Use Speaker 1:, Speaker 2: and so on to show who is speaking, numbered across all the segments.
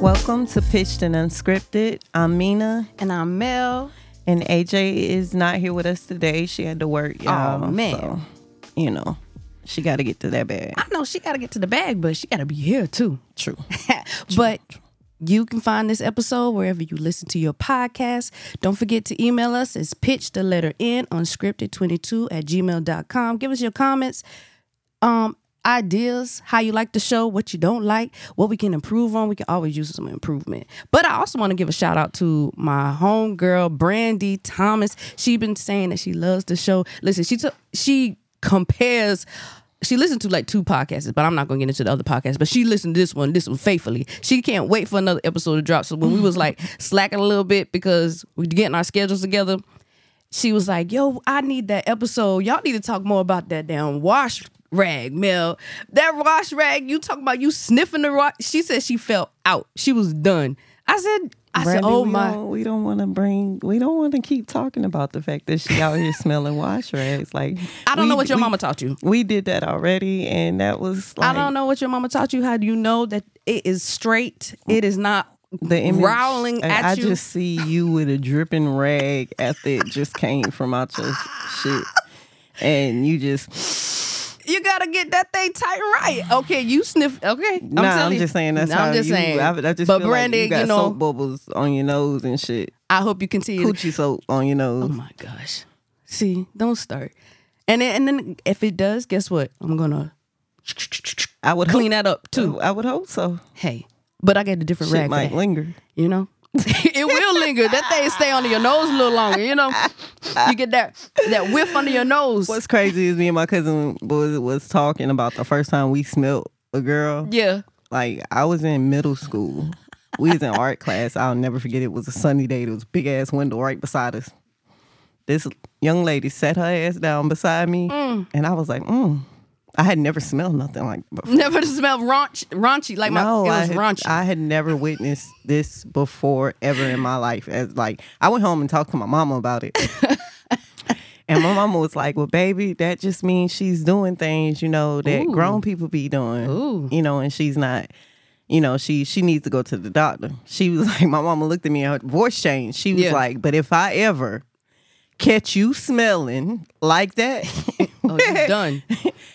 Speaker 1: Welcome to Pitched and Unscripted. I'm Mina,
Speaker 2: And I'm Mel.
Speaker 1: and AJ is not here with us today. She had to work, y'all.
Speaker 2: Aw, man.
Speaker 1: So, you know, she got to get to that bag.
Speaker 2: I know she got to get to the bag, but she got to be here too.
Speaker 1: True.
Speaker 2: but you can find this episode wherever you listen to your podcast. Don't forget to email us. It's pitch the letter N unscripted22 at gmail.com. Give us your comments, um, ideas, how you like the show, what you don't like, what we can improve on. We can always use some improvement. But I also want to give a shout out to my homegirl, Brandy Thomas. She been saying that she loves the show. Listen, she took she compares she listened to like two podcasts, but I'm not gonna get into the other podcast. But she listened to this one, this one faithfully. She can't wait for another episode to drop. So when we was like slacking a little bit because we getting our schedules together, she was like, "Yo, I need that episode. Y'all need to talk more about that damn wash rag, Mel. That wash rag you talking about? You sniffing the rock?" She said she felt out. She was done. I said, "I
Speaker 1: Brandy,
Speaker 2: said, oh
Speaker 1: we
Speaker 2: my."
Speaker 1: Don't, we don't want to bring. We don't want to keep talking about the fact that she out here smelling wash rags. Like
Speaker 2: I don't
Speaker 1: we-
Speaker 2: know what your
Speaker 1: we-
Speaker 2: mama taught you.
Speaker 1: We did that already, and that was like
Speaker 2: I don't know what your mama taught you. How do you know that it is straight? It is not."
Speaker 1: the image.
Speaker 2: growling
Speaker 1: and
Speaker 2: at
Speaker 1: I
Speaker 2: you.
Speaker 1: just see you with a dripping rag after it just came from out your shit, and you just.
Speaker 2: You gotta get that thing tight right. Okay, you sniff. Okay, I'm
Speaker 1: nah,
Speaker 2: telling
Speaker 1: I'm
Speaker 2: you.
Speaker 1: just saying that's
Speaker 2: I'm
Speaker 1: how
Speaker 2: just
Speaker 1: you.
Speaker 2: saying.
Speaker 1: I, I just
Speaker 2: but
Speaker 1: feel
Speaker 2: Brandy,
Speaker 1: like you got
Speaker 2: know,
Speaker 1: soap bubbles on your nose and shit. Um,
Speaker 2: I hope you continue. to-
Speaker 1: Coochie soap on your nose.
Speaker 2: oh my gosh, see, don't start. And then, and then if it does, guess what? I'm gonna
Speaker 1: I would
Speaker 2: clean that up too.
Speaker 1: hope, I would hope so.
Speaker 2: Hey, but I get a different
Speaker 1: Oh. Shit
Speaker 2: rag. for
Speaker 1: might
Speaker 2: that,
Speaker 1: linger.
Speaker 2: you know, it will linger. That thing stay under your nose a little longer. You know, you get that that whiff under your nose.
Speaker 1: What's crazy is me and my cousin was was talking about the first time we smelt a girl.
Speaker 2: yeah.
Speaker 1: Like I was in middle school. We was in art class. I'll never forget. It was a sunny day. There was a big ass window right beside us. This young lady sat her ass down beside me, and I was like, mm. I had never smelled nothing like before.
Speaker 2: Never smelled raunch, raunchy like my.
Speaker 1: No,
Speaker 2: it was
Speaker 1: I had,
Speaker 2: raunchy.
Speaker 1: I had never witnessed this before ever in my life. As like, I went home and talked to my mama about it, and my mama was like, "Well, baby, that just means she's doing things, you know, that
Speaker 2: Ooh.
Speaker 1: grown people be doing,
Speaker 2: Ooh.
Speaker 1: you know, and she's not." You know, she she needs to go to the doctor. She was like, my mama looked at me and her voice changed. She was
Speaker 2: Yeah.
Speaker 1: like, but if I ever catch you smelling like that,
Speaker 2: oh, you done.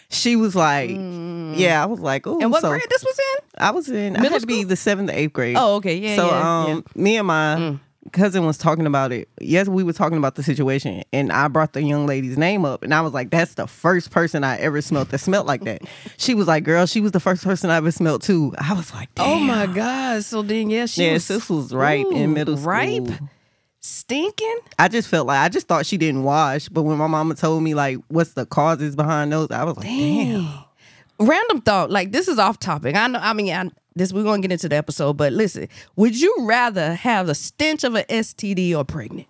Speaker 1: she was like, yeah. I was like, oh,
Speaker 2: And what
Speaker 1: so,
Speaker 2: grade this was in?
Speaker 1: I was in I
Speaker 2: Middle
Speaker 1: had to be
Speaker 2: school?
Speaker 1: the seventh to eighth grade.
Speaker 2: Oh, okay. Yeah,
Speaker 1: So
Speaker 2: yeah, Mm.
Speaker 1: um me and my cousin was talking about it. Yes, we were talking about the situation and I brought the young lady's name up and I was like, That's the first person I ever smelt that smelled like that. she was like, Girl, she was the first person I ever smelled too. I was like, Damn.
Speaker 2: Oh my God. So then, yeah, she
Speaker 1: Yeah,
Speaker 2: was
Speaker 1: sis was ripe in
Speaker 2: Ooh,
Speaker 1: middle school.
Speaker 2: ripe? stinking.
Speaker 1: I just felt like I just thought she didn't wash, but when my mama told me like what's the causes behind those, I was like, damn.
Speaker 2: Random thought, like this is off topic. I know. I mean, I, this we're gonna get into the episode, but listen, would you rather have the stench of an STD or pregnant?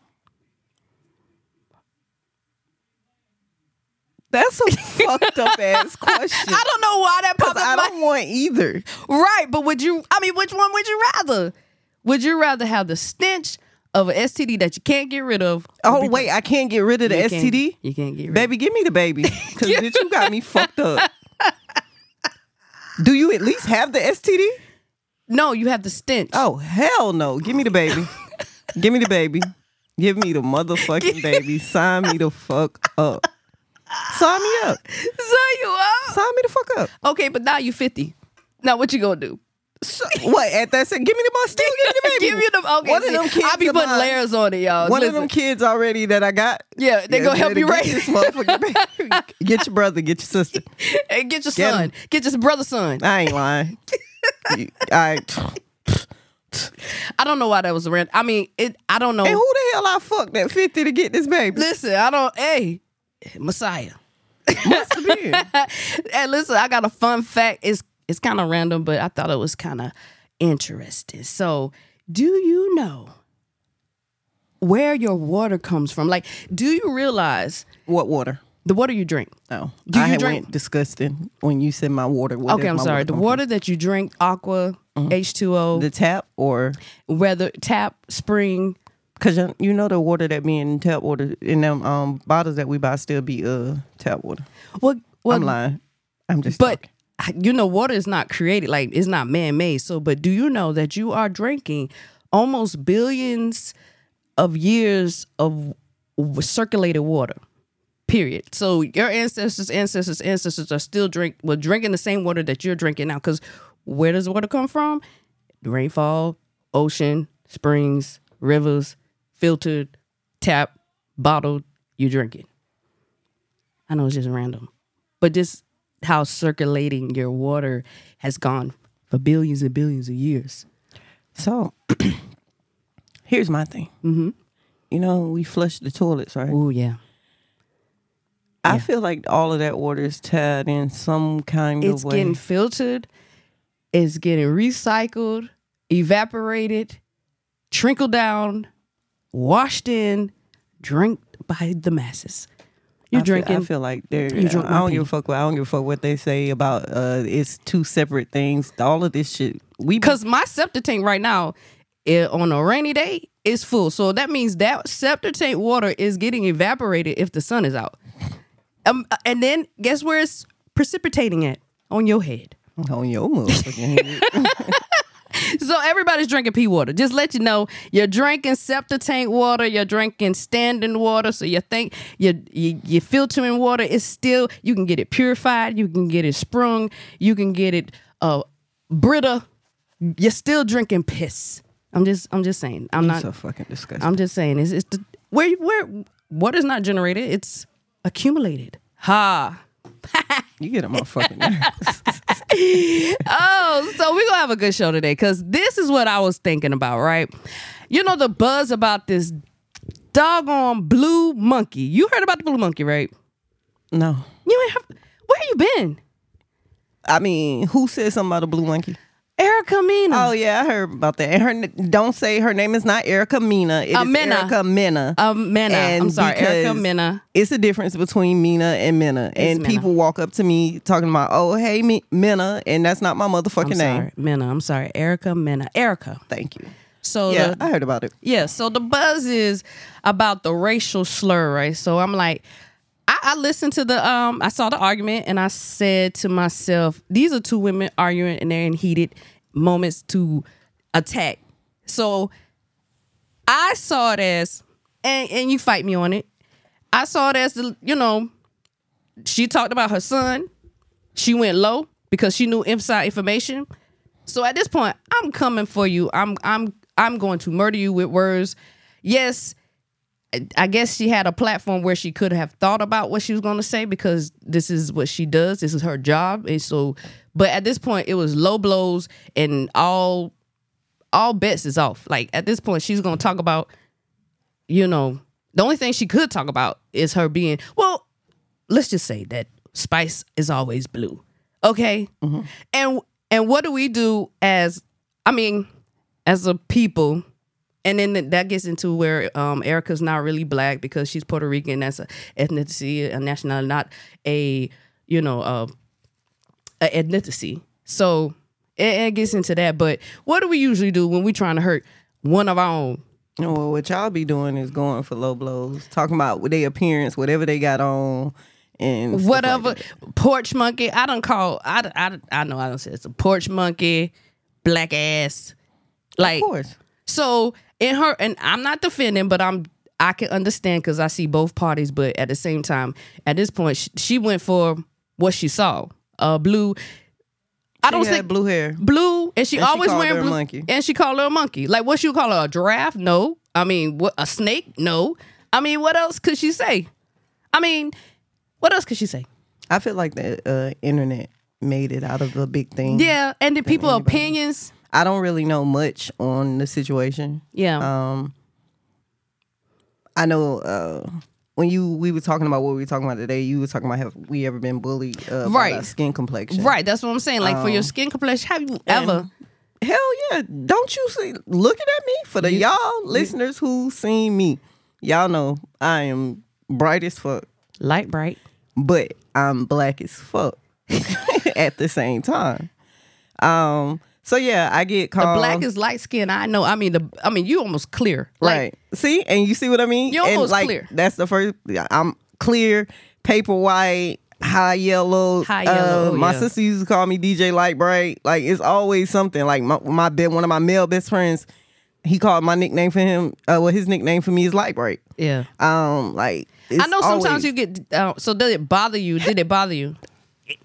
Speaker 1: That's a fucked up ass question.
Speaker 2: I don't know why that popped
Speaker 1: 'Cause I
Speaker 2: up.
Speaker 1: don't want either.
Speaker 2: my- Right, but would you? I mean, which one would you rather? Would you rather have the stench of an STD that you can't get rid of? or
Speaker 1: Oh
Speaker 2: be
Speaker 1: wait, I can't get rid of the
Speaker 2: You can't-
Speaker 1: STD.
Speaker 2: you can't get rid
Speaker 1: Baby, give me the baby, because bitch, you got me fucked up. Do you at least have the STD?
Speaker 2: No, you have the stench.
Speaker 1: Oh hell no! Give me the baby. give me the baby. Give me the motherfucking baby. Sign me the fuck up. Sign me up.
Speaker 2: so you are
Speaker 1: Sign me the fuck up.
Speaker 2: okay, but now you fifty. Now what you gonna do?
Speaker 1: So- what at that? Second, give me the bus. Still give me the baby.
Speaker 2: Give you them. Okay,
Speaker 1: One of them kids.
Speaker 2: I be
Speaker 1: of
Speaker 2: putting
Speaker 1: mine-
Speaker 2: layers on it, y'all.
Speaker 1: One of
Speaker 2: Listen.
Speaker 1: them kids already that I got.
Speaker 2: Yeah, they gonna help
Speaker 1: better
Speaker 2: you
Speaker 1: get
Speaker 2: raise-
Speaker 1: this motherfucking baby. Get your brother. Get your sister.
Speaker 2: Hey, get your
Speaker 1: Get
Speaker 2: son.
Speaker 1: 'em.
Speaker 2: Get your brother's son.
Speaker 1: I ain't lying. You- I
Speaker 2: I don't know why that was random. I mean, it. I don't know.
Speaker 1: and who the hell I fucked at fifty to get this baby?
Speaker 2: listen, I don't. Hey, Messiah.
Speaker 1: Must have been.
Speaker 2: and listen, I got a fun fact. It's it's kind of random, but I thought it was kind of interesting. So, do you know where your water comes from? Like, do you realize
Speaker 1: What water?
Speaker 2: the water you drink?
Speaker 1: Oh,
Speaker 2: Do
Speaker 1: I
Speaker 2: you
Speaker 1: had
Speaker 2: drink-
Speaker 1: went disgusting when you said my water. Where
Speaker 2: okay,
Speaker 1: does
Speaker 2: I'm
Speaker 1: my
Speaker 2: sorry. the
Speaker 1: come Mm-hmm.
Speaker 2: water that you drink, aqua, H2O,
Speaker 1: from? the tap, or
Speaker 2: whether tap, spring,
Speaker 1: Cause you- you know the water that be in tap water in them um bottles that we buy still be uh tap water.
Speaker 2: Well, well
Speaker 1: I'm lying. I'm just
Speaker 2: but
Speaker 1: talking.
Speaker 2: you know, water is not created like it's not man made. So, but do you know that you are drinking almost billions of years of w- circulated water? Period. So your ancestors, ancestors, ancestors are still drink well drinking the same water that you're drinking now. Because where does water come from? Rainfall, ocean, springs, rivers, filtered, tap, bottled. You drink it. I know it's just random, but just how circulating your water has gone for billions and billions of years.
Speaker 1: so here's my thing. Mm-hmm. You know, we flush the toilets, right?
Speaker 2: Oh yeah,
Speaker 1: I feel like all of that water is tied in some kind
Speaker 2: it's
Speaker 1: of way.
Speaker 2: getting filtered, it's getting recycled, evaporated, trickled down, washed in, drink by the masses. You're
Speaker 1: I feel-
Speaker 2: drinking.
Speaker 1: I feel like they're.
Speaker 2: You drunk
Speaker 1: I
Speaker 2: my
Speaker 1: don't give a
Speaker 2: pee.
Speaker 1: fuck. What, I don't give a fuck what they say about. uh It's two separate things. All of this shit. We be-
Speaker 2: Cause my septic tank right now, eh, on a rainy day, is full. So that means that septic tank water is getting evaporated if the sun is out. Um, and then guess where it's precipitating at? On your head.
Speaker 1: on your motherfucking head.
Speaker 2: So everybody's drinking pee water. Just let you know, you're drinking septic tank water. You're drinking standing water. So you think you you you filtering water is still you can get it purified. You can get it sprung. You can get it uh Brita. You're still drinking piss. I'm just I'm just saying. I'm
Speaker 1: You're
Speaker 2: not.
Speaker 1: so fucking disgusting.
Speaker 2: I'm just saying. It's, it's the, where where what is not generated. It's accumulated. Ha.
Speaker 1: you get on my fucking. nerves.
Speaker 2: oh, so we're gonna have a good show today because this is what I was thinking about, right? You know the buzz about this doggone blue monkey. You heard about the blue monkey, right?
Speaker 1: no,
Speaker 2: You ain't have where you been?
Speaker 1: I mean, who said something about a blue monkey?
Speaker 2: Hmm. Erica Mina.
Speaker 1: Oh yeah, I heard about that. And her n- don't say her name is not Erica Mina. It is
Speaker 2: Amina.
Speaker 1: Erica Mina.
Speaker 2: um Mena. I'm
Speaker 1: Oh, And
Speaker 2: sorry, Erica
Speaker 1: because
Speaker 2: Mena.
Speaker 1: It's a difference between Mina and Mina. and
Speaker 2: Mina.
Speaker 1: people walk up to me talking about, oh hey Mi- Mina, and that's not my motherfucking
Speaker 2: I'm
Speaker 1: name.
Speaker 2: sorry, Mena. I'm sorry, Erica Mena. Erica.
Speaker 1: Thank you.
Speaker 2: So
Speaker 1: Yeah,
Speaker 2: the,
Speaker 1: I heard about it.
Speaker 2: Yeah, so the buzz is about the racial slur, right? So I'm like, I, I listened to the um, I saw the argument and I said to myself, these are two women arguing and they're in heated moments to attack. So I saw it as, and and you fight me on it. I saw it as the, you know, she talked about her son. She went low because she knew inside information. So at this point, I'm coming for you. I'm I'm I'm going to murder you with words. Yes, I- I guess she had a platform where she could have thought about what she was going to say because this is what she does. This is her job, and so. But at this point, it was low blows and all all bets is off. Like at this point, she's going to talk about, you know, the only thing she could talk about is her being well let's just say that spice is always blue okay and and what do we do as i mean as a people and then that gets into where um, erica's not really black because she's puerto rican that's a ethnicity a nationality not a you know uh, a ethnicity so it, it gets into that but what do we usually do when we're trying to hurt one of our own
Speaker 1: No, well, what y'all be doing is going for low blows, talking about with their appearance, whatever they got on, and stuff like
Speaker 2: whatever
Speaker 1: that.
Speaker 2: porch monkey. I don't call. I, I, I know I don't say it's a porch monkey, black ass. Like
Speaker 1: Of course,
Speaker 2: so in her and I'm not defending, but I'm I can understand because I see both parties. But at the same time, at this point, she, she went for what she saw. Uh, blue. I don't
Speaker 1: she had
Speaker 2: think
Speaker 1: blue hair.
Speaker 2: blue, and she
Speaker 1: And she
Speaker 2: always
Speaker 1: called
Speaker 2: wearing
Speaker 1: her a
Speaker 2: blue.
Speaker 1: monkey.
Speaker 2: And she called her a monkey. Like what she would call her a giraffe? No. I mean, what a snake? No. I mean, what else could she say? I mean, what else could she say?
Speaker 1: I feel like the uh, internet made it out of a big thing.
Speaker 2: Yeah, and the people opinions.
Speaker 1: I don't really know much on the situation.
Speaker 2: Yeah,
Speaker 1: Um, I know uh, when you we were talking about what we were talking about today, you were talking about have we ever been bullied uh, by
Speaker 2: Right.
Speaker 1: our skin complexion?
Speaker 2: right. That's what I'm saying. Like for
Speaker 1: um,
Speaker 2: your skin complexion, have you ever?
Speaker 1: Hell yeah! Don't you see? Looking at me for the y'all listeners who seen me, y'all know I am bright as fuck,
Speaker 2: Light bright.
Speaker 1: but I'm black as fuck at the same time. Um, So yeah, I get
Speaker 2: The
Speaker 1: called
Speaker 2: black is light skin. I know. I mean, the I mean, you almost clear. Like,
Speaker 1: right. See, and you see what I mean.
Speaker 2: You're
Speaker 1: And,
Speaker 2: almost
Speaker 1: like,
Speaker 2: clear.
Speaker 1: That's the first. yeah, I'm clear, paper white, high yellow.
Speaker 2: High
Speaker 1: uh,
Speaker 2: yellow, oh,
Speaker 1: my
Speaker 2: yeah.
Speaker 1: sister used to call me DJ Light Bright. Like it's always something. Like my, my be- one of my male best friends, he called my nickname for him. Uh, well, his nickname for me is Light Bright.
Speaker 2: Yeah.
Speaker 1: Um, like it's
Speaker 2: I know sometimes
Speaker 1: always-
Speaker 2: you get. Uh, so does it bother you? Did it bother you?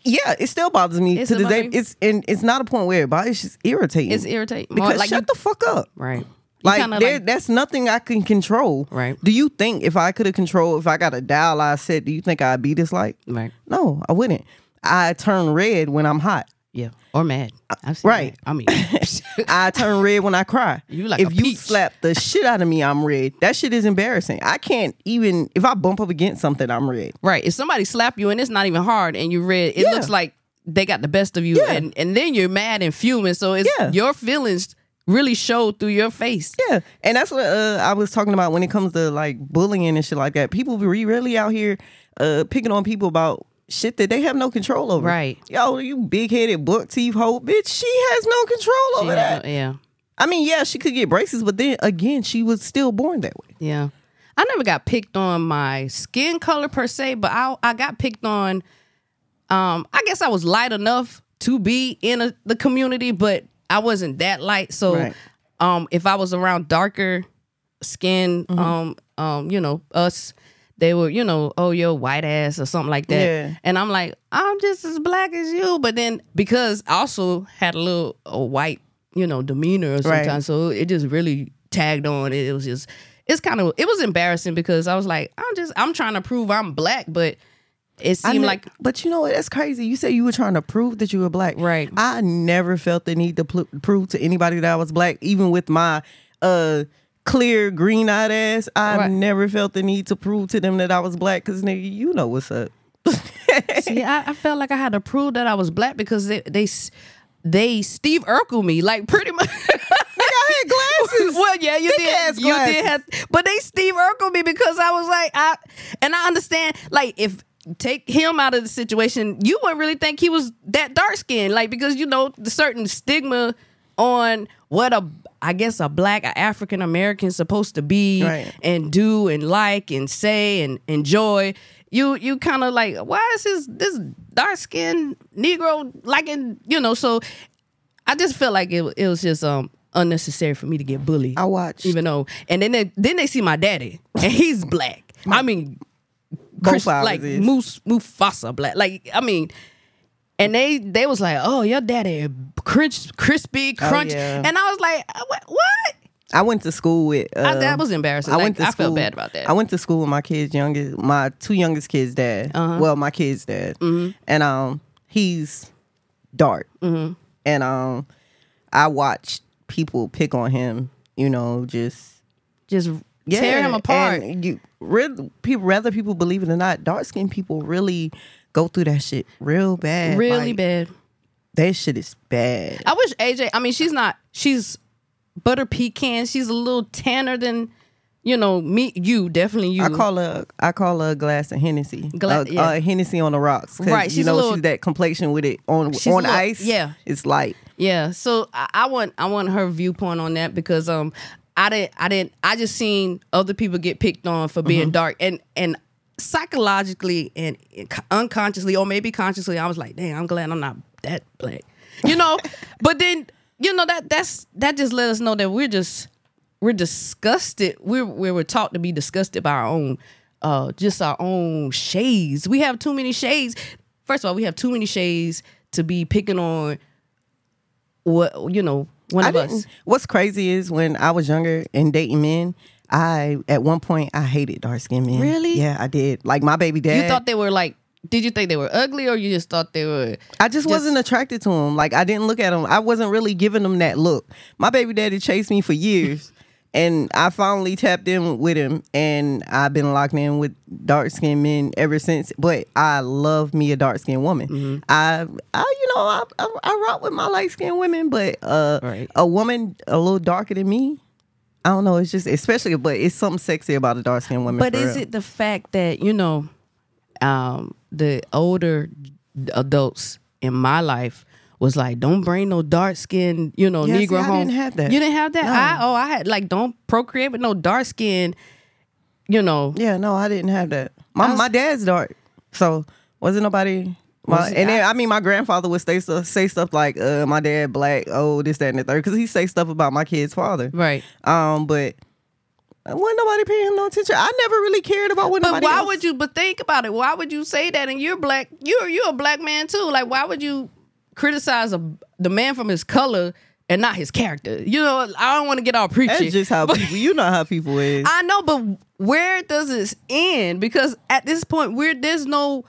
Speaker 1: Yeah, it still bothers me
Speaker 2: It's
Speaker 1: to this day.
Speaker 2: annoying.
Speaker 1: It's and it's not a point where it bothers. It's just irritating.
Speaker 2: It's irritating.
Speaker 1: because
Speaker 2: like
Speaker 1: shut
Speaker 2: you,
Speaker 1: the fuck up.
Speaker 2: right. You
Speaker 1: Like,
Speaker 2: kinda
Speaker 1: there, that's nothing I can control.
Speaker 2: Right.
Speaker 1: Do you think if I could have controlled, if I got a dial I said, do you think I'd be this like?
Speaker 2: right.
Speaker 1: No, I wouldn't. I turn red when I'm hot.
Speaker 2: Yeah. Or mad. I've seen
Speaker 1: Uh, right.
Speaker 2: that. I mean,
Speaker 1: I turn red when I cry.
Speaker 2: You like
Speaker 1: if
Speaker 2: a
Speaker 1: you
Speaker 2: peach.
Speaker 1: slap the shit out of me, I'm red. That shit is embarrassing. I can't even if I bump up against something, I'm red.
Speaker 2: right. If somebody slap you and it's not even hard, and you read, it
Speaker 1: Yeah.
Speaker 2: looks like they got the best of you,
Speaker 1: Yeah.
Speaker 2: and and then you're mad and fuming. So it's
Speaker 1: Yeah.
Speaker 2: your feelings really show through your face.
Speaker 1: Yeah, and that's what uh, I was talking about when it comes to like bullying and shit like that. People be really out here uh, picking on people about shit that they have no control over.
Speaker 2: Right.
Speaker 1: Yo, you big headed buck teeth hoe bitch. She has no control over that.
Speaker 2: Yeah. Yeah.
Speaker 1: I mean, yeah, she could get braces, but then again, she was still born that way.
Speaker 2: Yeah. I never got picked on my skin color per se, but I I got picked on um I guess I was light enough to be in a, the community, but I wasn't that light. So
Speaker 1: Right.
Speaker 2: um if I was around darker skin
Speaker 1: Mm-hmm.
Speaker 2: um um you know us they were you know oh yo white ass or something like that.
Speaker 1: Yeah.
Speaker 2: And I'm like I'm just as black as you, but then because I also had a little a white you know demeanor or
Speaker 1: Right.
Speaker 2: sometimes so it just really tagged on. It, it was just, it's kind of, it was embarrassing because I was like, I'm just, I'm trying to prove I'm black, but it
Speaker 1: I
Speaker 2: seemed
Speaker 1: ne-
Speaker 2: like,
Speaker 1: but you know what? That's crazy. You say you were trying to prove that you were black,
Speaker 2: Right.
Speaker 1: I never felt the need to pl- prove to anybody that I was black, even with my uh clear green eyed ass. I
Speaker 2: Right.
Speaker 1: never felt the need to prove to them that I was black, cause nigga, you know what's up.
Speaker 2: see, I, I felt like I had to prove that I was black because they, they, s- they Steve Urkel me, like pretty much.
Speaker 1: I had glasses.
Speaker 2: well, yeah, you
Speaker 1: Thick-ass
Speaker 2: did. You did
Speaker 1: glasses.
Speaker 2: have, but they Steve Urkel me because I was like, I, and I understand, like, if take him out of the situation, you wouldn't really think he was that dark skinned, like, because you know the certain stigma on what a, I guess a black African American supposed to be
Speaker 1: Right.
Speaker 2: and do and like and say and enjoy. You you kind of like why is this this dark skinned Negro liking you know so I just felt like it, it was just um unnecessary for me to get bullied.
Speaker 1: I watched
Speaker 2: even though, and then they, then they see my daddy, and he's black. I mean, Chris,
Speaker 1: flowers
Speaker 2: like
Speaker 1: is.
Speaker 2: Moose Mufasa black. Like I mean, and they they was like, oh, your daddy cringe, crispy, crunch,
Speaker 1: Oh, yeah.
Speaker 2: and I was like, "Uh, wha- what?
Speaker 1: I went to school with. Uh,
Speaker 2: I- that was embarrassing. Like, I felt bad about that.
Speaker 1: I went to school with my kids' youngest, my two youngest kids' dad.
Speaker 2: Uh-huh.
Speaker 1: Well, my kids' dad,
Speaker 2: Mm-hmm.
Speaker 1: and um, he's dark, and um, I watched people pick on him. You know, just
Speaker 2: Just tear
Speaker 1: yeah,
Speaker 2: him apart.
Speaker 1: And you, real, people, rather people believe it or not, dark skinned people really go through that shit real bad.
Speaker 2: Really
Speaker 1: Like,
Speaker 2: bad.
Speaker 1: That shit is bad.
Speaker 2: I wish AJ. I mean, she's not. She's butter pecan. She's a little tanner than, you know, me. You definitely you.
Speaker 1: I call her I call her a glass of Hennessy.
Speaker 2: Mm-hmm. Gla-
Speaker 1: uh,
Speaker 2: yeah.
Speaker 1: uh, Hennessy on the rocks. 'cause,
Speaker 2: Right,
Speaker 1: you
Speaker 2: she's a
Speaker 1: know
Speaker 2: little-
Speaker 1: she's that complexion with it on
Speaker 2: She's a
Speaker 1: on
Speaker 2: little-
Speaker 1: ice.
Speaker 2: yeah.
Speaker 1: it's light.
Speaker 2: Yeah. So I, I want I want her viewpoint on that because um I didn't I didn't I just seen other people get picked on for being dark and and psychologically and unconsciously or maybe consciously I was like, dang, I'm glad I'm not that black, you know. but then you know that that's that just let us know that we're just we're disgusted. We're we were taught to be disgusted by our own, uh, just our own shades. We have too many shades. First of all, we have too many shades to be picking on. What you know, one
Speaker 1: I
Speaker 2: of us.
Speaker 1: didn't- What's crazy is when I was younger and dating men, I at one point I hated dark skinned men.
Speaker 2: Really?
Speaker 1: Yeah, I did. Like my baby dad.
Speaker 2: You thought they were like. Did you think they were ugly, or you just thought they were?
Speaker 1: I just, wasn't attracted to him. Like I didn't look at him. I wasn't really giving him that look. My baby daddy chased me for years, and I finally tapped in with him. And I've been locked in with dark skinned men ever since. But I love me a dark skinned woman.
Speaker 2: Mm-hmm.
Speaker 1: I, I, you know, I, I, I rock with my light skinned women, but uh,
Speaker 2: Right.
Speaker 1: a woman a little darker than me. I don't know. It's just especially, but it's something sexy about a dark skinned woman.
Speaker 2: But
Speaker 1: for
Speaker 2: is
Speaker 1: real.
Speaker 2: it the fact that you know, um, the older adults in my life was like, don't bring no dark skinned, you know,
Speaker 1: Yeah, see,
Speaker 2: Negro
Speaker 1: I
Speaker 2: home.
Speaker 1: didn't have that.
Speaker 2: You didn't have that?
Speaker 1: No.
Speaker 2: I oh I had like don't procreate with no dark skinned, you know.
Speaker 1: Yeah, no, I didn't have that. My my dad's dark, so wasn't nobody. My,
Speaker 2: Was it-
Speaker 1: and then I mean, my grandfather would say stuff, say stuff like, "Uh, my dad black, oh this, that, and the third, because he say stuff about my kid's father.
Speaker 2: Right.
Speaker 1: Um, but uh, wasn't nobody paying him no attention. I never really cared about what.
Speaker 2: But
Speaker 1: nobody
Speaker 2: why
Speaker 1: else-
Speaker 2: would you? But think about it. Why would you say that? And you're black. You're you're a black man too. Like why would you criticize a the man from his color and not his character? You know, I don't want to get all preachy.
Speaker 1: That's just how
Speaker 2: but-
Speaker 1: people. You know how people is.
Speaker 2: I know, but where does this end? Because at this point, we're there's no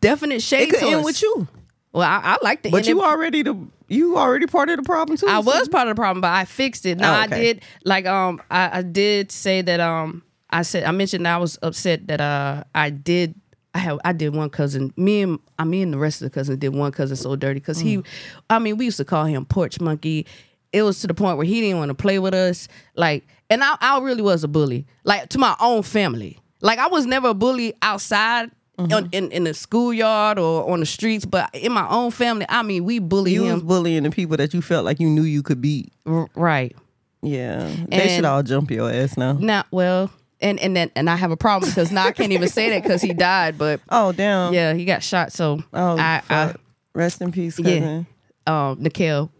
Speaker 2: definite shade
Speaker 1: it could
Speaker 2: to
Speaker 1: end
Speaker 2: us.
Speaker 1: with you,
Speaker 2: Well, I, I like the
Speaker 1: but
Speaker 2: end
Speaker 1: you
Speaker 2: it-
Speaker 1: already the you already part of the problem too.
Speaker 2: I
Speaker 1: so-
Speaker 2: was part of the problem, but I fixed it. No,
Speaker 1: Oh,
Speaker 2: I
Speaker 1: okay.
Speaker 2: did like um I, I did say that um I said I mentioned I was upset that uh I did I have I did one cousin. Me and I me and the rest of the cousins did one cousin so dirty because
Speaker 1: Mm.
Speaker 2: he I mean we used to call him porch monkey. It was to the point where he didn't want to play with us. Like and I I really was a bully. Like to my own family. Like I was never a bully outside.
Speaker 1: Mm-hmm.
Speaker 2: on- In, in the schoolyard or on the streets, but in my own family, I mean, we bully
Speaker 1: you
Speaker 2: him.
Speaker 1: was bullying the people that you felt like you knew you could beat.
Speaker 2: R- right.
Speaker 1: Yeah, they should
Speaker 2: And-
Speaker 1: all jump your ass now.
Speaker 2: Not well, and and then and I have a problem because now I can't even say that because he died. But
Speaker 1: Oh damn.
Speaker 2: yeah, he got shot. So
Speaker 1: Oh,
Speaker 2: I, I
Speaker 1: fuck. rest in peace,
Speaker 2: yeah,
Speaker 1: cousin.
Speaker 2: um, Nikhil.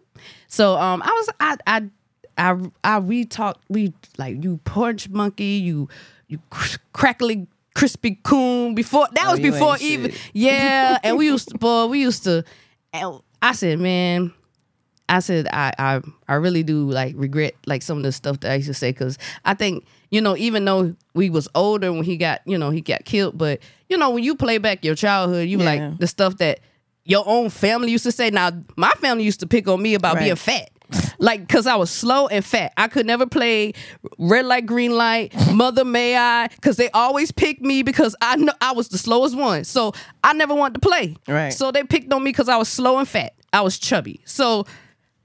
Speaker 2: So um, I was I I I I we talked we like you porch monkey you you cr- crackly crispy coon before that was
Speaker 1: Oh, you ain't
Speaker 2: before even
Speaker 1: shit.
Speaker 2: yeah and we used to boy we used to and I said man I said I, I I really do like regret like some of the stuff that I used to say because I think you know even though we was older when he got you know he got killed but you know when you play back your childhood you
Speaker 1: Yeah.
Speaker 2: like Mm-hmm. the stuff that your own family used to say now my family used to pick on me about
Speaker 1: Right.
Speaker 2: being fat like because I was slow and fat I could never play red light green light mother may I because they always picked me because I know I was the slowest one so I never wanted to play
Speaker 1: Right.
Speaker 2: so they picked on me because I was slow and fat. I was chubby. So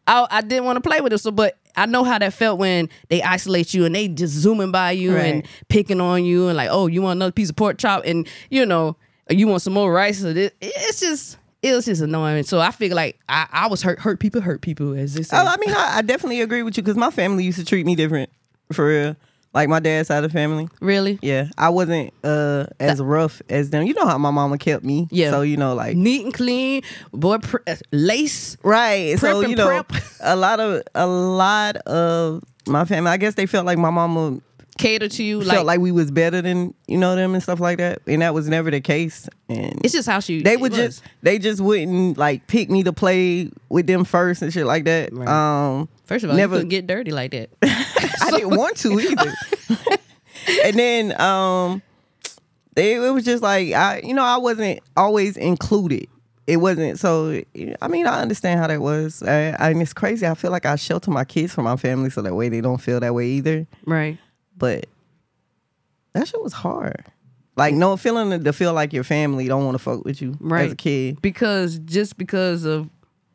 Speaker 2: I, I didn't want to play with it. So, but I know how that felt when they isolate you and they just zooming by you and
Speaker 1: Right.
Speaker 2: picking on you and like, oh, you want another piece of pork chop and you know you want some more rice. So this, it's just it was just annoying. So I figure like I, I was hurt. Hurt people hurt people as this.
Speaker 1: Oh, I mean, I, I definitely agree with you because my family used to treat me different, for real. Like my dad's side of the family.
Speaker 2: really
Speaker 1: Yeah, I wasn't uh as rough as them. You know how my mama kept me.
Speaker 2: Yeah.
Speaker 1: So you know, like
Speaker 2: neat and clean, boy, pr- uh, lace.
Speaker 1: right.
Speaker 2: Prep
Speaker 1: So
Speaker 2: and
Speaker 1: you know,
Speaker 2: prep.
Speaker 1: a lot of a lot of my family. I guess they felt like my mama
Speaker 2: Cater to you like,
Speaker 1: felt like we was better than you know them and stuff like that, and that was never the case. And
Speaker 2: it's just how she.
Speaker 1: they
Speaker 2: it
Speaker 1: would
Speaker 2: was.
Speaker 1: just they just wouldn't like pick me to play with them first and shit like that.
Speaker 2: Right.
Speaker 1: Um,
Speaker 2: first of all
Speaker 1: never-
Speaker 2: you couldn't get dirty like that.
Speaker 1: I didn't want to either. and then um they, it was just like I you know I wasn't always included. It wasn't so I mean I understand how that was. I, I and it's crazy. I feel like I shelter my kids from my family so that way they don't feel that way either.
Speaker 2: right.
Speaker 1: But that shit was hard. Like no feeling to feel like your family don't want to fuck with you as a
Speaker 2: Right.
Speaker 1: kid.
Speaker 2: because just because of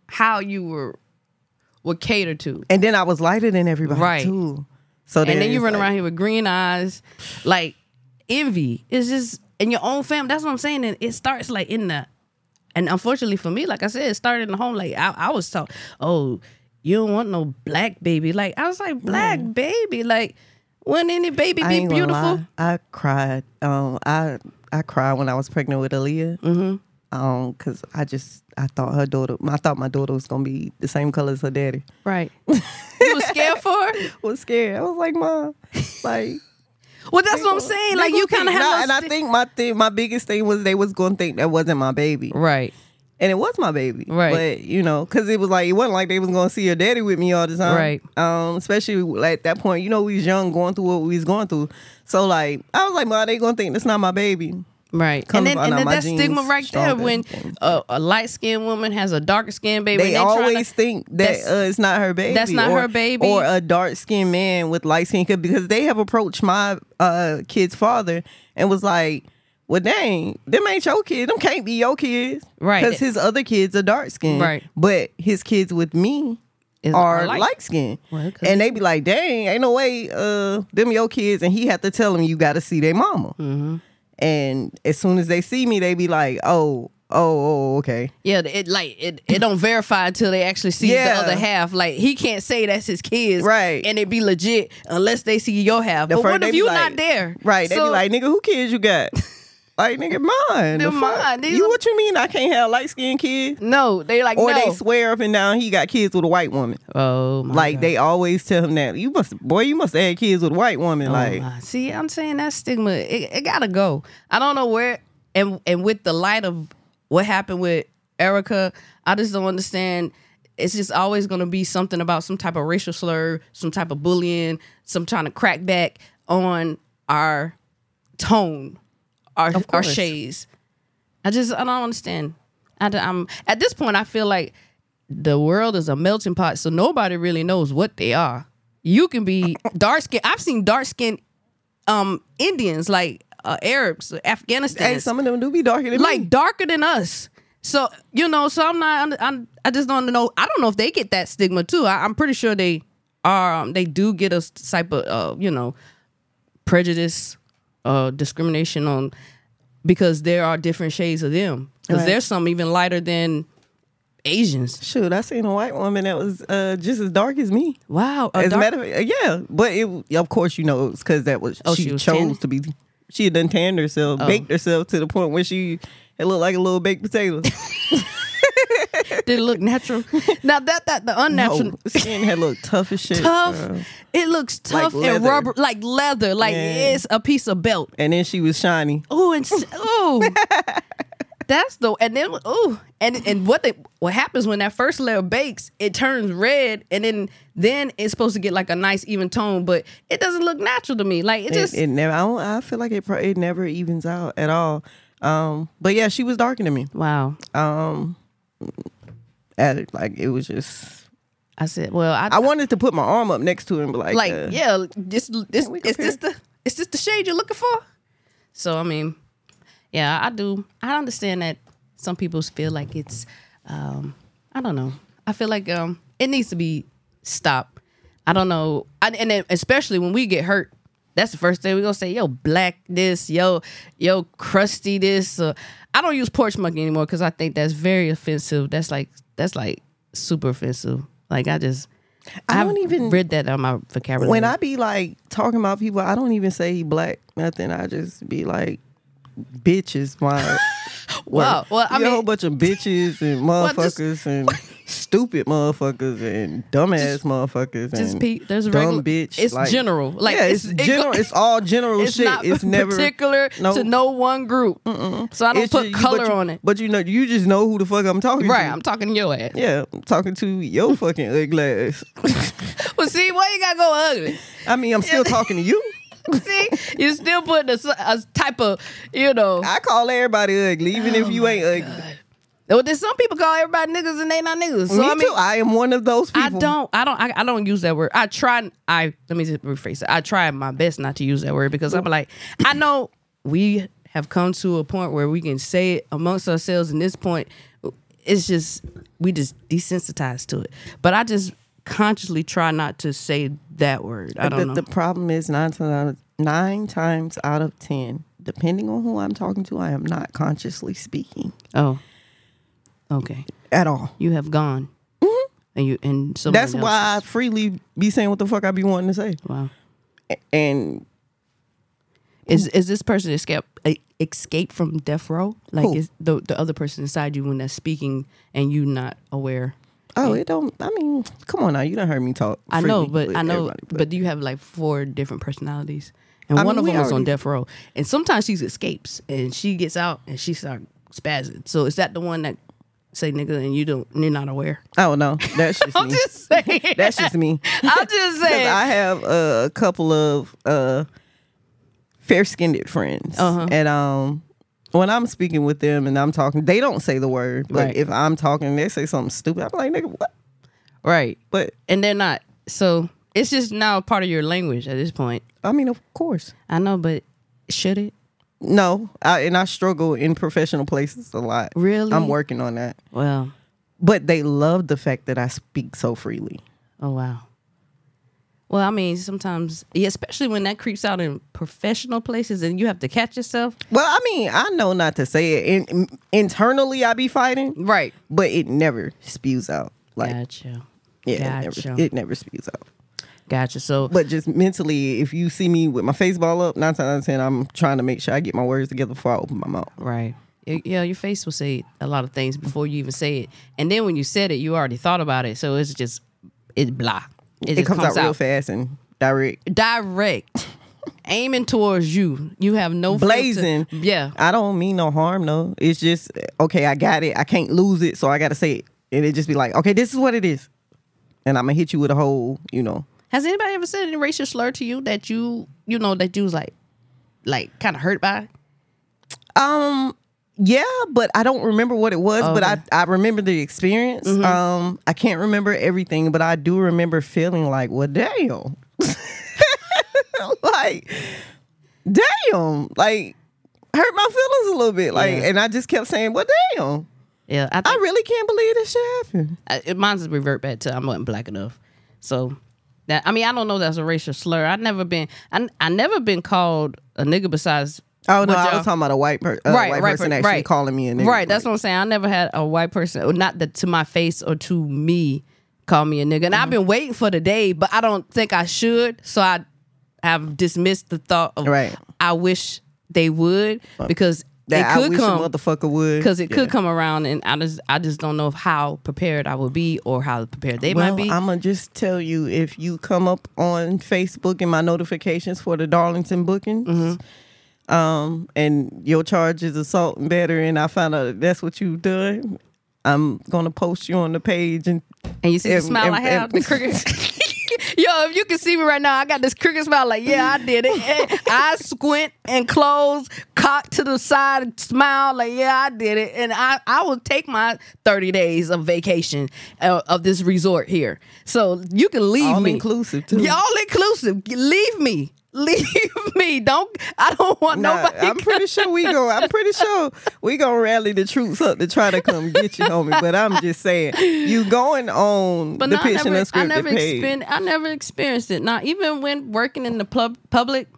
Speaker 2: how you were were catered to.
Speaker 1: And then I was lighter than everybody
Speaker 2: Right.
Speaker 1: too. So
Speaker 2: And then you
Speaker 1: it's
Speaker 2: run
Speaker 1: like-
Speaker 2: around here with green eyes, like envy. It's just in your own family. That's what I'm saying. And it starts like in the and unfortunately for me, like I said, it started in the home. Like I, I was taught, oh, you don't want no black baby. Like I was like, black baby. Like wouldn't any baby
Speaker 1: I
Speaker 2: be
Speaker 1: ain't gonna
Speaker 2: beautiful?
Speaker 1: lie. I cried. Um, I I cried when I was pregnant with Aaliyah. Mm-hmm. Um, cause I just I thought her daughter, I thought my daughter was gonna be the same color as her daddy.
Speaker 2: Right. you was scared for her?
Speaker 1: Was scared. I was like, Mom, like
Speaker 2: Well, that's what I'm saying. Like
Speaker 1: they
Speaker 2: you
Speaker 1: gonna
Speaker 2: kind
Speaker 1: think-
Speaker 2: of have
Speaker 1: Nah,
Speaker 2: no
Speaker 1: and I
Speaker 2: sti-
Speaker 1: think my thing, my biggest thing was they was gonna think that wasn't my baby,
Speaker 2: Right.
Speaker 1: and it was my baby,
Speaker 2: Right.
Speaker 1: But you know, cause it was like it wasn't like they was gonna see your daddy with me all the time,
Speaker 2: Right.
Speaker 1: Um, especially like, at that point, you know, we was young, going through what we was going through. So like, I was like, Mom, they gonna think that's not my baby.
Speaker 2: Right.
Speaker 1: Comes
Speaker 2: and then,
Speaker 1: out
Speaker 2: and
Speaker 1: of
Speaker 2: then
Speaker 1: my
Speaker 2: that
Speaker 1: genes
Speaker 2: stigma right there
Speaker 1: stronger
Speaker 2: when
Speaker 1: than-
Speaker 2: a, a light skinned woman has a darker skinned baby.
Speaker 1: they
Speaker 2: and tryna-
Speaker 1: always think that
Speaker 2: that's-
Speaker 1: uh, it's not her baby.
Speaker 2: that's not
Speaker 1: or,
Speaker 2: her baby.
Speaker 1: Or a dark skinned man with light skin could- because they have approached my uh, kid's father and was like, well, dang, them ain't your kids. Them can't be your kids.
Speaker 2: Right.
Speaker 1: Because his other kids are dark skinned.
Speaker 2: Right.
Speaker 1: But his kids with me
Speaker 2: Is-
Speaker 1: are
Speaker 2: are light.
Speaker 1: light skinned.
Speaker 2: Well, 'cause-
Speaker 1: and they be like, dang, ain't no way uh, them your kids. And he had to
Speaker 2: Mm-hmm.
Speaker 1: tell them, you got to see their mama. And as soon as they see me, they be like, oh, oh, oh, okay.
Speaker 2: Yeah, it like it, it don't verify until they actually see
Speaker 1: Yeah.
Speaker 2: the other half. Like he can't say that's his kids,
Speaker 1: Right.
Speaker 2: And it be legit unless they see your half.
Speaker 1: The
Speaker 2: but
Speaker 1: first-
Speaker 2: what
Speaker 1: they
Speaker 2: if
Speaker 1: be
Speaker 2: you
Speaker 1: like-
Speaker 2: not there?
Speaker 1: Right. they
Speaker 2: So-
Speaker 1: be like, nigga, who kids you got? like, nigga, mine.
Speaker 2: They're
Speaker 1: The fuck?
Speaker 2: mine. These
Speaker 1: You
Speaker 2: are-
Speaker 1: what you mean I can't have light skinned kids?
Speaker 2: no, they like
Speaker 1: Or
Speaker 2: no.
Speaker 1: they swear up and down he got kids with a white woman.
Speaker 2: oh my
Speaker 1: Like
Speaker 2: God.
Speaker 1: they always tell him that you must boy, you must have had kids with a white woman.
Speaker 2: Oh,
Speaker 1: like
Speaker 2: my. see, I'm saying that stigma, it, it gotta go. I don't know where, and and with the light of what happened with Erica, I just don't understand. It's just always gonna be something about some type of racial slur, some type of bullying, some trying to crack back on our tone, our our
Speaker 1: course.
Speaker 2: shades. I just I don't understand. I don't- I'm at this point. I feel like the world is a melting pot, so nobody really knows what they are. You can be dark skin. I've seen dark skinned um Indians, like uh, Arabs, Afghanistan,
Speaker 1: Hey, some of them do be darker than me.
Speaker 2: like darker than us. So you know, so I'm not. I'm, I just don't know. I don't know if they get that stigma too. I, I'm pretty sure they are. Um, they do get a s- type of uh, you know prejudice, uh, discrimination on because there are different shades of them. Because
Speaker 1: Right.
Speaker 2: there's some even lighter than Asians.
Speaker 1: Shoot, I seen a white woman that was uh, just as dark as me.
Speaker 2: Wow, a
Speaker 1: as
Speaker 2: dark-
Speaker 1: a matter of yeah, but it, of course you know it was because that was
Speaker 2: Oh,
Speaker 1: she,
Speaker 2: she was
Speaker 1: chose
Speaker 2: tan? Oh.
Speaker 1: to be. She had done tanned herself, baked herself to the point where she it looked like a little baked potato.
Speaker 2: did it look natural? now that that the unnatural.
Speaker 1: No, skin had looked tough as shit.
Speaker 2: Oh. Tough.
Speaker 1: girl.
Speaker 2: It looks tough and
Speaker 1: uh, leather.
Speaker 2: rubber, like leather, like
Speaker 1: Yeah.
Speaker 2: it's a piece of belt.
Speaker 1: And then she was shiny.
Speaker 2: Oh, and oh, that's the and then oh, and and what they what happens when that first layer bakes? It turns red, and then then it's supposed to get like a nice even tone, but it doesn't look natural to me. Like it
Speaker 1: It,
Speaker 2: just
Speaker 1: it never. I, don't, I feel like it. pro- It never evens out at all. Um, but yeah, she was darker than me.
Speaker 2: wow.
Speaker 1: Um, at it, like it was just.
Speaker 2: I said, well, I,
Speaker 1: I wanted to put my arm up next to her and be like,
Speaker 2: like
Speaker 1: uh,
Speaker 2: yeah, this this
Speaker 1: we
Speaker 2: is this the
Speaker 1: compare?
Speaker 2: is this the shade you're looking for? So I mean, yeah, I do. I understand that some people feel like it's, um, I don't know. I feel like um, it needs to be stopped. I don't know, I, and then especially when we get hurt, that's the first thing we gonna say. Yo, black this, yo, yo, crusty this. Uh, I don't use porch monkey anymore because I think that's very offensive. That's like that's like super offensive. Like I just.
Speaker 1: I
Speaker 2: I've
Speaker 1: don't even-
Speaker 2: read that on my vocabulary.
Speaker 1: when I be like talking about people, I don't even say he black nothing. I just be like, bitches. My
Speaker 2: Wow. Well, I
Speaker 1: You a whole
Speaker 2: mean-
Speaker 1: bunch of bitches and
Speaker 2: just-
Speaker 1: motherfuckers and stupid motherfuckers and dumbass motherfuckers
Speaker 2: just
Speaker 1: and
Speaker 2: pe- there's
Speaker 1: dumb
Speaker 2: regular-
Speaker 1: bitch.
Speaker 2: it's general. Like,
Speaker 1: yeah,
Speaker 2: it's-
Speaker 1: it's,
Speaker 2: it go-
Speaker 1: general. it's all general
Speaker 2: it's
Speaker 1: shit.
Speaker 2: not
Speaker 1: it's never
Speaker 2: particular to no one group. So I don't
Speaker 1: It's
Speaker 2: put
Speaker 1: just-
Speaker 2: color
Speaker 1: but you,
Speaker 2: on it.
Speaker 1: But you know, you just know who the fuck I'm talking
Speaker 2: Right,
Speaker 1: to.
Speaker 2: I'm talking to your ass.
Speaker 1: yeah, I'm talking to your fucking ugly ass.
Speaker 2: Well, see, why you gotta go ugly?
Speaker 1: I mean, I'm still talking to you.
Speaker 2: see, you still putting a, s- a type of, you know.
Speaker 1: I call everybody ugly, even
Speaker 2: Oh
Speaker 1: if you ain't ugly.
Speaker 2: Well, there's some people call everybody niggas and they not niggas. So
Speaker 1: Me
Speaker 2: I mean,
Speaker 1: too. I am one of those
Speaker 2: I
Speaker 1: people.
Speaker 2: don't, I don't, I, I don't use that word. I try, I let me just rephrase it. I try my best not to use that word because I'm like, I know we have come to a point where we can say it amongst ourselves. And this point, it's just we just desensitized to it. But I just consciously try not to say that word. I
Speaker 1: But
Speaker 2: don't
Speaker 1: the,
Speaker 2: know.
Speaker 1: the problem is nine times out of nine times out of ten, depending on who I'm talking to, I am not consciously speaking
Speaker 2: oh, okay.
Speaker 1: at all.
Speaker 2: You have gone, and you and so
Speaker 1: Mm-hmm. That's why I freely be saying what the fuck I be wanting to say.
Speaker 2: Wow.
Speaker 1: A- And
Speaker 2: Is is this person escape eh, escape from death row? Like
Speaker 1: Who?
Speaker 2: is the the other person inside you when that's speaking and you not aware?
Speaker 1: oh, it don't. I mean, come on now, you don't heard me talk.
Speaker 2: I know,
Speaker 1: freely
Speaker 2: but
Speaker 1: with
Speaker 2: I know,
Speaker 1: everybody,
Speaker 2: but, you have like four different personalities, and
Speaker 1: I
Speaker 2: one
Speaker 1: mean,
Speaker 2: of
Speaker 1: we
Speaker 2: them is on
Speaker 1: already-
Speaker 2: death row. And sometimes she escapes and she gets out and she start spazzing. So is that the one that say nigga and you don't you're not aware?
Speaker 1: I don't know. That's just
Speaker 2: I'm
Speaker 1: me.
Speaker 2: just saying.
Speaker 1: That's just me.
Speaker 2: I'm just
Speaker 1: 'Cause
Speaker 2: saying.
Speaker 1: I have uh, a couple of uh, fair skinned friends,
Speaker 2: Uh-huh.
Speaker 1: and um, when I'm speaking with them and I'm talking, they don't say the word, but
Speaker 2: Right.
Speaker 1: if I'm talking, they say something stupid. I'm like, nigga, what?
Speaker 2: right,
Speaker 1: But
Speaker 2: and they're not. So it's just now part of your language at this point.
Speaker 1: I mean, of course,
Speaker 2: I know, but should it?
Speaker 1: no. I, and I struggle in professional places a lot.
Speaker 2: Really?
Speaker 1: I'm working on that.
Speaker 2: Well,
Speaker 1: But they love the fact that I speak so freely.
Speaker 2: Oh wow. Well, I mean, sometimes, yeah, especially when that creeps out in professional places and you have to catch yourself.
Speaker 1: Well, I mean, I know not to say it. In, internally, I be fighting,
Speaker 2: Right.
Speaker 1: but it never spews out. Like,
Speaker 2: Gotcha.
Speaker 1: yeah, it,
Speaker 2: gotcha.
Speaker 1: never, it never spews out.
Speaker 2: Gotcha. So,
Speaker 1: But just mentally, if you see me with my face ball up, nine times out of ten, I'm trying to make sure I get my words together before I open my mouth.
Speaker 2: right. Y- Yeah, your face will say a lot of things before you even say it. And then when you said it, you already thought about it. So it's just, it's blah.
Speaker 1: It,
Speaker 2: just
Speaker 1: comes, out real fast and direct,
Speaker 2: Direct. Aiming towards you. You have no filter.
Speaker 1: blazing.
Speaker 2: Yeah.
Speaker 1: I don't mean no harm though. It's just okay. I got it. I can't lose it, so I got to say it, and it just be like, okay, this is what it is, and I'm gonna hit you with a whole, you know.
Speaker 2: Has anybody ever said any racial slur to you that you, you know, that you was like, like kind of hurt by?
Speaker 1: Um, yeah, but I don't remember what it was, but I,
Speaker 2: Okay. Mm-hmm.
Speaker 1: I remember the experience. Um, I can't remember everything, but I do remember feeling like, well, damn, like, damn, like, hurt my feelings a little bit, like,
Speaker 2: Yeah.
Speaker 1: and I just kept saying, well, damn,
Speaker 2: Yeah. I
Speaker 1: I
Speaker 2: think
Speaker 1: really can't believe this shit happened.
Speaker 2: I, it, mine's a revert back to I wasn't black enough. So that I mean I don't know that's a racial slur. I never been I I never been called a nigga besides
Speaker 1: Oh no,
Speaker 2: what
Speaker 1: I
Speaker 2: y'all-
Speaker 1: was talking about a white, per- a
Speaker 2: Right,
Speaker 1: white
Speaker 2: right,
Speaker 1: person
Speaker 2: per-
Speaker 1: actually
Speaker 2: right.
Speaker 1: calling me a nigga.
Speaker 2: right. That's
Speaker 1: like,
Speaker 2: what I'm saying. I never had a white person, or not that to my face or to me, call me a nigga.
Speaker 1: Mm-hmm.
Speaker 2: And I've been waiting for the day, but I don't think I should. So I have dismissed the thought of
Speaker 1: Right.
Speaker 2: I wish they would because
Speaker 1: that
Speaker 2: it
Speaker 1: I
Speaker 2: could
Speaker 1: wish a
Speaker 2: come
Speaker 1: motherfucker would
Speaker 2: because it
Speaker 1: Yeah.
Speaker 2: could come around, and I just I just don't know of how prepared I would be or how prepared they
Speaker 1: well,
Speaker 2: might be.
Speaker 1: I'm gonna just tell you if you come up on Facebook in my notifications for the Darlington bookings,
Speaker 2: Mm-hmm.
Speaker 1: um, and your charge is assault and battery, and I found out that that's what you've done. I'm gonna post you on the page, and
Speaker 2: And you see the
Speaker 1: Em-
Speaker 2: smile I
Speaker 1: em-
Speaker 2: have,
Speaker 1: em-
Speaker 2: the crooked. Yo, if you can see me right now, I got this crooked smile. Like, yeah, I did it. And I squint and close, cock to the side, and smile. Like, yeah, I did it. And I, I will take my thirty days of vacation uh, of this resort here. So you can leave
Speaker 1: all
Speaker 2: me.
Speaker 1: inclusive too.
Speaker 2: Y'all inclusive. Leave me. Leave me. Don't. I don't want
Speaker 1: Nah,
Speaker 2: nobody.
Speaker 1: I'm pretty sure we go. I'm pretty sure we gonna rally the troops up to try to come get you, homie. But I'm just saying, you going on
Speaker 2: But
Speaker 1: the
Speaker 2: no, I
Speaker 1: pitch and
Speaker 2: never, I
Speaker 1: unscripted
Speaker 2: never,
Speaker 1: page.
Speaker 2: expen- I never experienced it. Now, even when working in the pub- public,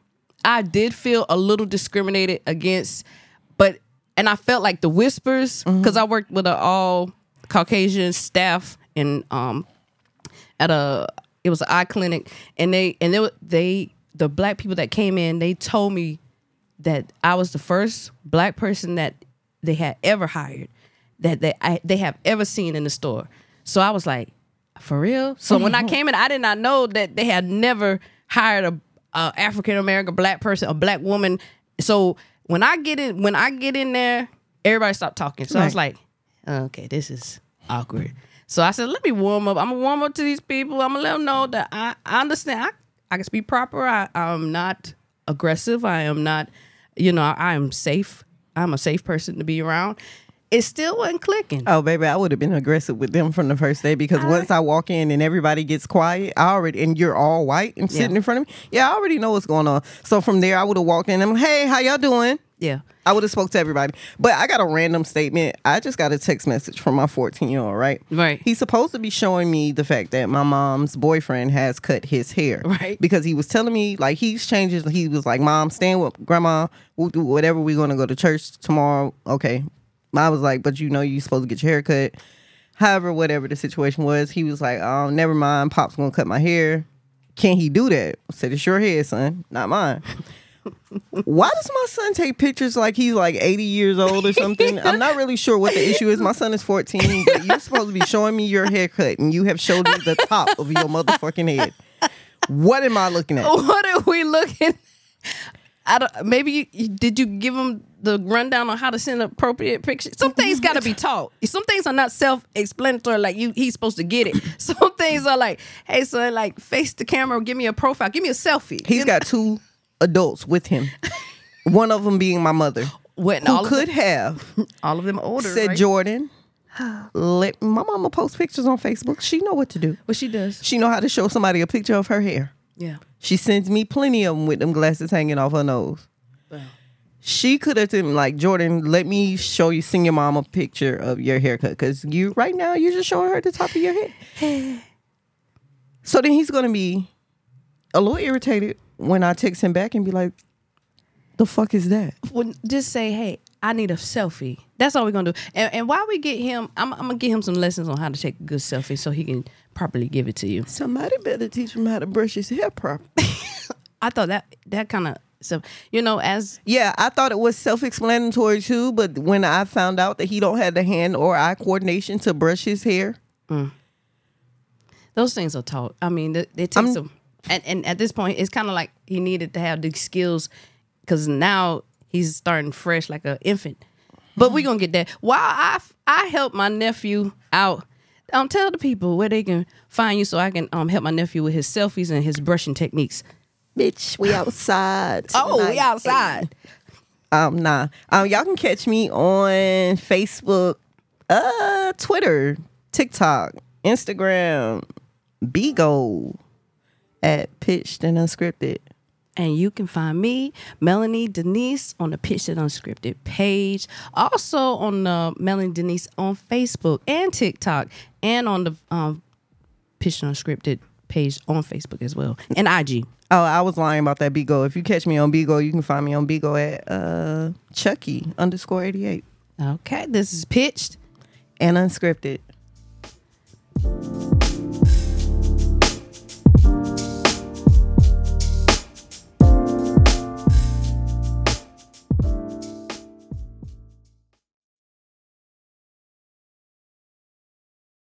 Speaker 2: I did feel a little discriminated against, but and I felt like the whispers because I worked with an all Caucasian staff in um at a it was an eye clinic and they and they were- they the black people that came in they told me that I was the first black person that they had ever hired that they I, they have ever seen in the store. So I was like, for real. So when I came in, I did not know that they had never hired a, a African American black person, a black woman. So when I get in, when I get in there, everybody stopped talking. So I was like, okay, this is awkward. So I said, let me warm up. I'm gonna warm up to these people. I'm gonna let them know that I, I understand. I, I can speak proper. I, I'm not aggressive. I am not, you know, I am safe. I'm a safe person to be around. It still wasn't clicking.
Speaker 1: Oh, baby, I would have been aggressive with them from the first day because once I walk in and everybody gets quiet, I already and you're all white and sitting
Speaker 2: Yeah.
Speaker 1: in front of me. Yeah, I already know what's going on. So from there, I would have walked in and hey, how y'all doing?
Speaker 2: Yeah.
Speaker 1: I would have spoke to everybody. But I got a random statement. I just got a text message from my 14 year old. Right.
Speaker 2: Right.
Speaker 1: He's supposed to be showing me the fact that my mom's boyfriend has cut his hair.
Speaker 2: Right.
Speaker 1: Because he was telling me like he's changes. He was like, "Mom, staying with grandma. We'll do whatever. We're gonna go to church tomorrow." Okay. I was like, "But you know, you supposed to get your hair cut." However, whatever the situation was, he was like, "Oh, never mind. Pop's gonna cut my hair." Can he do that? I said, "It's your head, son, not mine." why does my son take pictures like he's like 80 years old or something? I'm not really sure what the issue is. My son is 14, but you're supposed to be showing me your haircut and you have showed me the top of your motherfucking head. What am I looking at?
Speaker 2: what are we looking? I don't. Maybe you, you- did you give them the rundown on how to send appropriate pictures? Some things got to be taught. Some things are not self-explanatory. Like you, he's supposed to get it. Some things are like, hey son, like face the camera, give me a profile, give me a selfie.
Speaker 1: He's got two adults with him. One of them being my mother,
Speaker 2: what? and
Speaker 1: who
Speaker 2: all
Speaker 1: could
Speaker 2: of them,
Speaker 1: have
Speaker 2: all of them older.
Speaker 1: said,
Speaker 2: right?
Speaker 1: Jordan, let my mama post pictures on Facebook. She know what to do.
Speaker 2: Well, she does.
Speaker 1: She know how to show somebody a picture of her hair.
Speaker 2: Yeah.
Speaker 1: She sends me plenty of them with them glasses hanging off her nose.
Speaker 2: Wow.
Speaker 1: She could have been like, Jordan, let me show you, send your mom a picture of your haircut. Because you, right now, you're just showing her the top of your head. so then he's going to be a little irritated when I text him back and be like, the fuck is that?
Speaker 2: When, just say, hey, I need a selfie. That's all we're gonna do. And, and while we get him, I'm, I'm gonna get him some lessons on how to take a good selfie so he can properly give it to you.
Speaker 1: Somebody better teach him how to brush his hair properly.
Speaker 2: I thought that that kind of so you know as
Speaker 1: Yeah, I thought it was self-explanatory too, but when I found out that he don't have the hand or eye coordination to brush his hair,
Speaker 2: those things are taught. I mean, it, it takes them. And, and at this point, it's kind of like he needed to have these skills because now he's starting fresh like an infant. But we're going to get that. While I, I help my nephew out, um, tell the people where they can find you so I can um, help my nephew with his selfies and his brushing techniques.
Speaker 1: bitch, we outside.
Speaker 2: Oh, we
Speaker 1: tonight.
Speaker 2: outside.
Speaker 1: Um, nah. Um, y'all can catch me on Facebook, uh, Twitter, TikTok, Instagram, Beagle at Pitched and Unscripted.
Speaker 2: And you can find me, Melanie Denise, on the Pitch It Unscripted page. Also on uh, Melanie Denise on Facebook and TikTok and on the um, Pitch It Unscripted page on Facebook as well and IG.
Speaker 1: Oh, I was lying about that Beagle. If you catch me on Beagle, you can find me on Beagle at uh Chucky underscore eighty eight
Speaker 2: Okay, this is Pitched.
Speaker 1: and Unscripted.